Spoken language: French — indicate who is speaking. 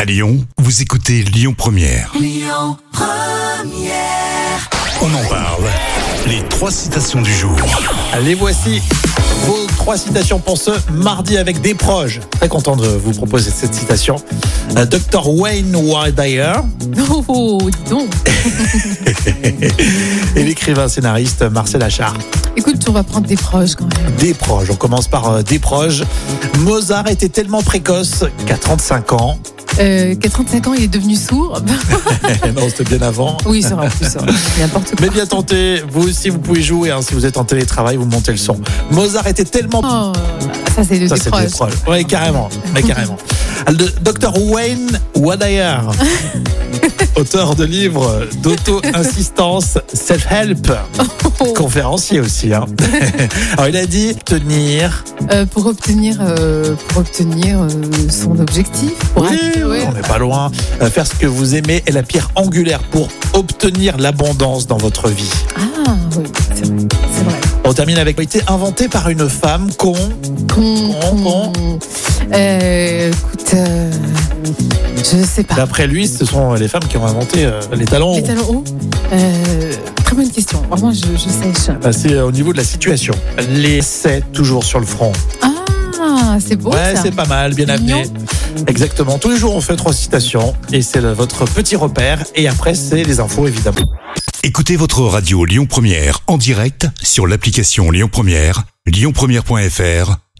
Speaker 1: À Lyon, vous écoutez Lyon Première. On en parle. Les trois citations du jour.
Speaker 2: Les voici, vos trois citations pour ce mardi avec des proches. Très content de vous proposer cette citation. Euh, Dr Wayne Wilder
Speaker 3: Oh, oh, dis donc.
Speaker 2: et l'écrivain scénariste Marcel Achard.
Speaker 3: Écoute, on va prendre des proches quand même.
Speaker 2: Des proches, on commence par euh, des proches. Mozart était tellement précoce qu'à 35 ans,
Speaker 3: Euh, qu'à 35 ans, il est devenu sourd.
Speaker 2: Eh non c'était bien avant,
Speaker 3: oui, ça va plus. ça. N'importe quoi.
Speaker 2: mais bien tenté, vous aussi vous pouvez jouer, hein, si vous êtes en télétravail, vous montez le son. Mozart était tellement...
Speaker 3: Oh, ça, c'est le
Speaker 2: Ça,
Speaker 3: des
Speaker 2: c'est des
Speaker 3: proches.
Speaker 2: proches. Oui, carrément. Mais carrément. Le docteur Wayne Wadayer, auteur de livres d'auto-insistance, self-help,
Speaker 3: Oh,
Speaker 2: conférencier aussi. hein. Alors, il a dit tenir.
Speaker 3: euh, pour obtenir, euh, pour obtenir euh, son objectif. Pour
Speaker 2: Oui,
Speaker 3: atteindre- ouais.
Speaker 2: on n'est pas loin. Euh, Faire ce que vous aimez est la pierre angulaire pour obtenir l'abondance dans votre vie.
Speaker 3: Ah, oui, c'est vrai. C'est vrai.
Speaker 2: On termine avec a été inventé par une femme con.
Speaker 3: Con,
Speaker 2: Con,
Speaker 3: Euh, écoute, euh, je sais pas.
Speaker 2: D'après lui, ce sont les femmes qui ont inventé euh, les talons.
Speaker 3: Les talons hauts Euh, Très bonne question. Vraiment, je, je sèche.
Speaker 2: Bah, C'est euh, au niveau de la situation. L'essai toujours sur le front.
Speaker 3: Ah, c'est beau
Speaker 2: ouais,
Speaker 3: ça.
Speaker 2: c'est pas mal, bien
Speaker 3: Mignon.
Speaker 2: amené. Exactement. Tous les jours, on fait trois citations et c'est le- votre petit repère. Et après, c'est les infos, évidemment.
Speaker 1: Écoutez votre radio Lyon Première en direct sur l'application Lyon Première, lyonpremière.fr